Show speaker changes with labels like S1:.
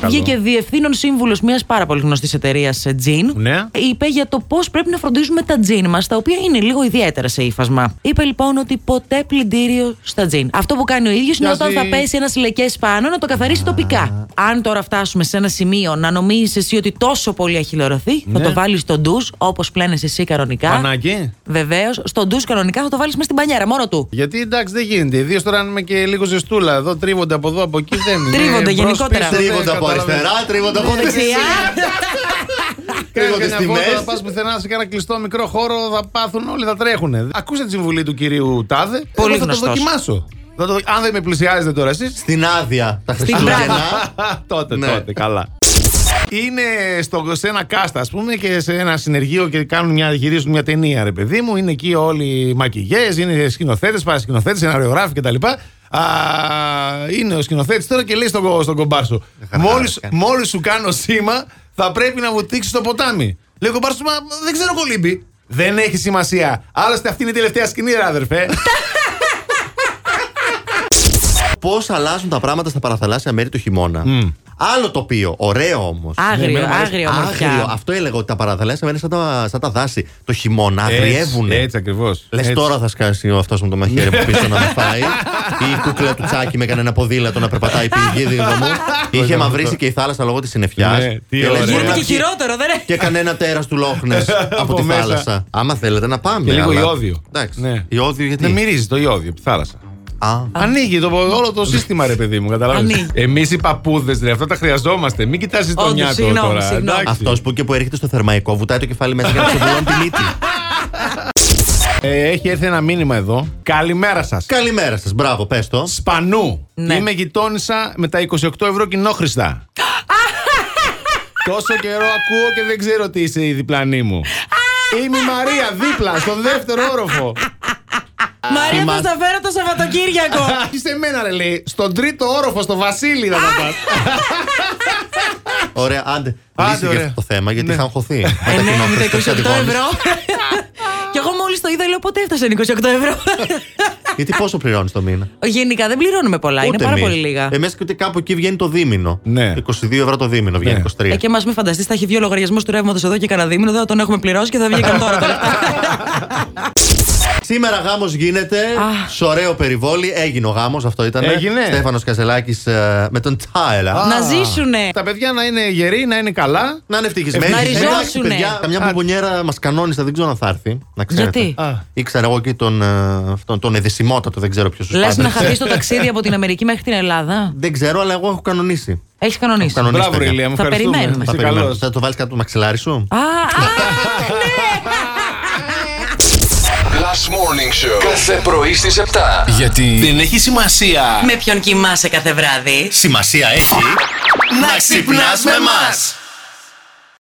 S1: Καλό. Βγήκε διευθύνων σύμβουλος μιας πάρα πολύ γνωστής εταιρείας τζιν.
S2: Ναι.
S1: Είπε για το πώς πρέπει να φροντίζουμε τα τζιν μας, τα οποία είναι λίγο ιδιαίτερα σε ύφασμα. Είπε λοιπόν ότι ποτέ πλυντήριο στα τζιν. Αυτό που κάνει ο ίδιος είναι
S2: Μοιάζει-
S1: όταν θα πέσει ένας λεκές πάνω να το καθαρίσει τοπικά. Αν τώρα φτάσουμε σε ένα σημείο να νομίζεις εσύ ότι τόσο πολύ έχει λερωθεί, θα
S2: Ναι.
S1: το βάλεις στο ντουζ όπω πλένεσαι εσύ κανονικά.
S2: Πανάκι.
S1: Βεβαίως, στο ντουζ κανονικά θα το βάλεις μες στην πανιέρα μόνο του.
S2: Γιατί εντάξει δεν γίνεται. Ιδίως τώρα αν είμαι και λίγο ζεστούλα. Εδώ τρίβονται από εδώ, από εκεί δεν είναι.
S1: Τρίβονται
S2: Μπρος,
S1: γενικότερα.
S2: πίσω, δεν
S3: Τρίβονται από
S2: καταλαβαίνω.
S3: αριστερά, τρίβονται από δεξιά.
S2: Κάνεις
S3: Τρίβονται
S2: καμιά
S3: στη
S2: βόλτα,
S3: μέση.
S2: Θα πας πουθενά σε κάνα κλειστό μικρό χώρο, θα πάθουν όλοι, θα τρέχουν. Ακούστε τη συμβουλή του κυρίου Τάδε.
S1: Πολύ
S2: εγώ θα το
S1: γνωστός.
S2: δοκιμάσω. Θα το, αν δεν με πλησιάζετε τώρα εσείς.
S3: Στην άδεια τα Χριστούγεννα.
S2: τότε,
S3: Ναι.
S2: τότε, καλά. Είναι στο, σε ένα κάστα, ας πούμε, και σε ένα συνεργείο και κάνουν μια, γυρίζουν μια ταινία, ρε παιδί μου. Είναι εκεί όλοι οι μακηγέ, είναι σκηνοθέτες, παρασκηνοθέτες, σεναριογράφοι κτλ. Α, είναι ο σκηνοθέτης τώρα και λέει στον, κο- στον κομπάρσο. Μόλις, μόλις σου κάνω σήμα, θα πρέπει να βουτήξει το ποτάμι. Λέει ο κομπάρσος, μα δεν ξέρω κολύμπι. Δεν έχει σημασία. Άλλωστε αυτή είναι η τελευταία σκηνή, ρε αδερφέ.
S3: Πώς αλλάζουν τα πράγματα στα παραθαλάσσια μέρη του χειμώνα. Άλλο τοπίο, ωραίο όμως.
S1: Άγριο,
S2: εμένα μου Ναι, αρέσει.
S1: άγριο ομορφιά.
S3: Αυτό έλεγα ότι τα παραθαλάσσια μέρη είναι σαν τα, σαν τα δάση. Το χειμώνα αγριεύουν.
S2: Έτσι, ακριβώς.
S3: Λες τώρα θα σκάσει ο αυτός με το μαχαίρι από πίσω να με φάει. Ή η κούκλα του τσάκι με έκανε ένα ποδήλατο να περπατάει πηγίδιδο μου. Είχε μαυρίσει και η θάλασσα λόγω της συννεφιάς.
S2: Ναι, τι ωραία.
S1: Γίνεται και χειρότερο, δεν
S3: Και κανένα τέρας του λόχνε από
S2: Από
S3: τη
S2: μέσα.
S3: θάλασσα. Άμα θέλετε να πάμε.
S2: Και λίγο
S3: αλλά-
S2: ιόδιο.
S3: Εντάξει.
S2: Ναι.
S3: Ιόδιο γιατί.
S2: Δεν μυρίζει το ιόδιο από τη θάλασσα.
S3: Α,
S2: Ανοίγει το, όλο το σύστημα, ρε παιδί μου. Καταλάβεις.
S1: Ανοίγει.
S2: Εμείς οι παππούδες, ρε, αυτά τα χρειαζόμαστε. Μην κοιτάζεις τον
S1: Όντως,
S2: Νιάτο
S1: συγγνώμη,
S2: τώρα.
S1: συγγνώμη.
S2: εντάξει.
S3: αυτός που και που έρχεται στο θερμαϊκό βουτάει το κεφάλι μέσα για να ξεβουλώνει τη μύτη.
S2: Ε, έχει έρθει ένα μήνυμα εδώ. Καλημέρα σας.
S3: Καλημέρα σας, μπράβο, πες το.
S2: Σπανού.
S1: Ναι.
S2: Είμαι γειτόνισσα με τα 28 ευρώ κοινόχρηστα. Τόσο καιρό ακούω και δεν ξέρω τι είσαι η διπλανή μου. Είμαι η Μαρία δίπλα, στον δεύτερο όροφο.
S1: Μαρία, θα
S3: Θυμάσαι-
S1: στα φέρω το Σαββατοκύριακο.
S2: Είσαι εμένα, ρε, λέει. Στον τρίτο όροφο, στο Βασίλη, θα τα πας.
S3: Ωραία, άντε.
S2: Άντε,
S3: Λύσε για
S2: ωραία.
S3: αυτό το θέμα γιατί
S2: Ναι.
S3: θα αγχωθεί.
S1: Ε, ναι, με τα 28
S3: Μετακινόμαστε στο
S1: ευρώ.
S3: Σαντιγόνης.
S1: Και εγώ μόλις το είδα, λέω πότε έφτασαν 28 ευρώ.
S3: Γιατί πόσο πληρώνεις το μήνα.
S1: Γενικά δεν πληρώνουμε πολλά, είναι πάρα πολύ λίγα.
S3: Εμεί και ότι κάπου εκεί βγαίνει το δίμηνο.
S2: Ναι.
S3: 22 ευρώ το δίμηνο, βγαίνει
S2: Ναι.
S3: 23.
S1: Ε, και μας μην φανταστείς, θα έχει δύο λογαριασμούς του ρεύματος εδώ και κανένα δίμηνο. Δεν θα τον έχουμε πληρώσει και θα βγήκαν τώρα τα λεφτά.
S3: Σήμερα γάμος γίνεται.
S1: Αχ.
S3: Σωραίο περιβόλι. Έγινε ο γάμος, αυτό ήταν.
S2: Έγινε.
S3: Στέφανος Καζελάκη ε, με τον Τάιλα.
S1: Να ζήσουνε.
S2: Τα παιδιά να είναι γεροί, να είναι καλά.
S3: Να είναι ευτυχισμένοι.
S1: Να
S3: Εντάξει,
S1: ριζώσουνε.
S3: παιδιά, Καμιά μπομπονιέρα μας κανόνισε, δεν ξέρω αν θα έρθει. Να ξέρετε.
S1: Γιατί?
S2: Α.
S3: Ήξερα εγώ και τον, ε, αυτόν, τον εδεσιμότατο, δεν ξέρω ποιος σου
S1: Λε να χαθείς το ταξίδι από την Αμερική μέχρι την Ελλάδα.
S3: Δεν ξέρω, αλλά εγώ έχω κανονίσει.
S1: Έχεις κανονίσει.
S3: Έχω κανονίσει,
S2: Μπράβο,
S3: παιδιά.
S2: Ηλία μου.
S1: Θα
S2: ευχαριστούμε.
S1: περιμένουμε.
S3: Θα,
S2: Είσαι
S3: περιμένω.
S2: καλός.
S3: θα το βάλεις κάτω από το μαξιλάρι σου.
S1: Α, ναι. α,
S4: Last Morning Show. Κάθε πρωί στις 7.
S5: Γιατί δεν έχει σημασία
S1: με ποιον κοιμάσαι κάθε βράδυ.
S3: Σημασία έχει
S5: να ξυπνάς με μας.